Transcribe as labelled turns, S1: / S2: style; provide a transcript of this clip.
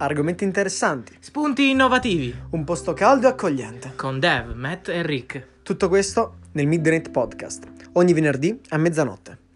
S1: Argomenti interessanti,
S2: Spunti innovativi
S1: un posto caldo e accogliente.
S2: con Dev, Matt e Rick.
S1: Tutto questo nel Midnight Podcast, ogni venerdì a mezzanotte.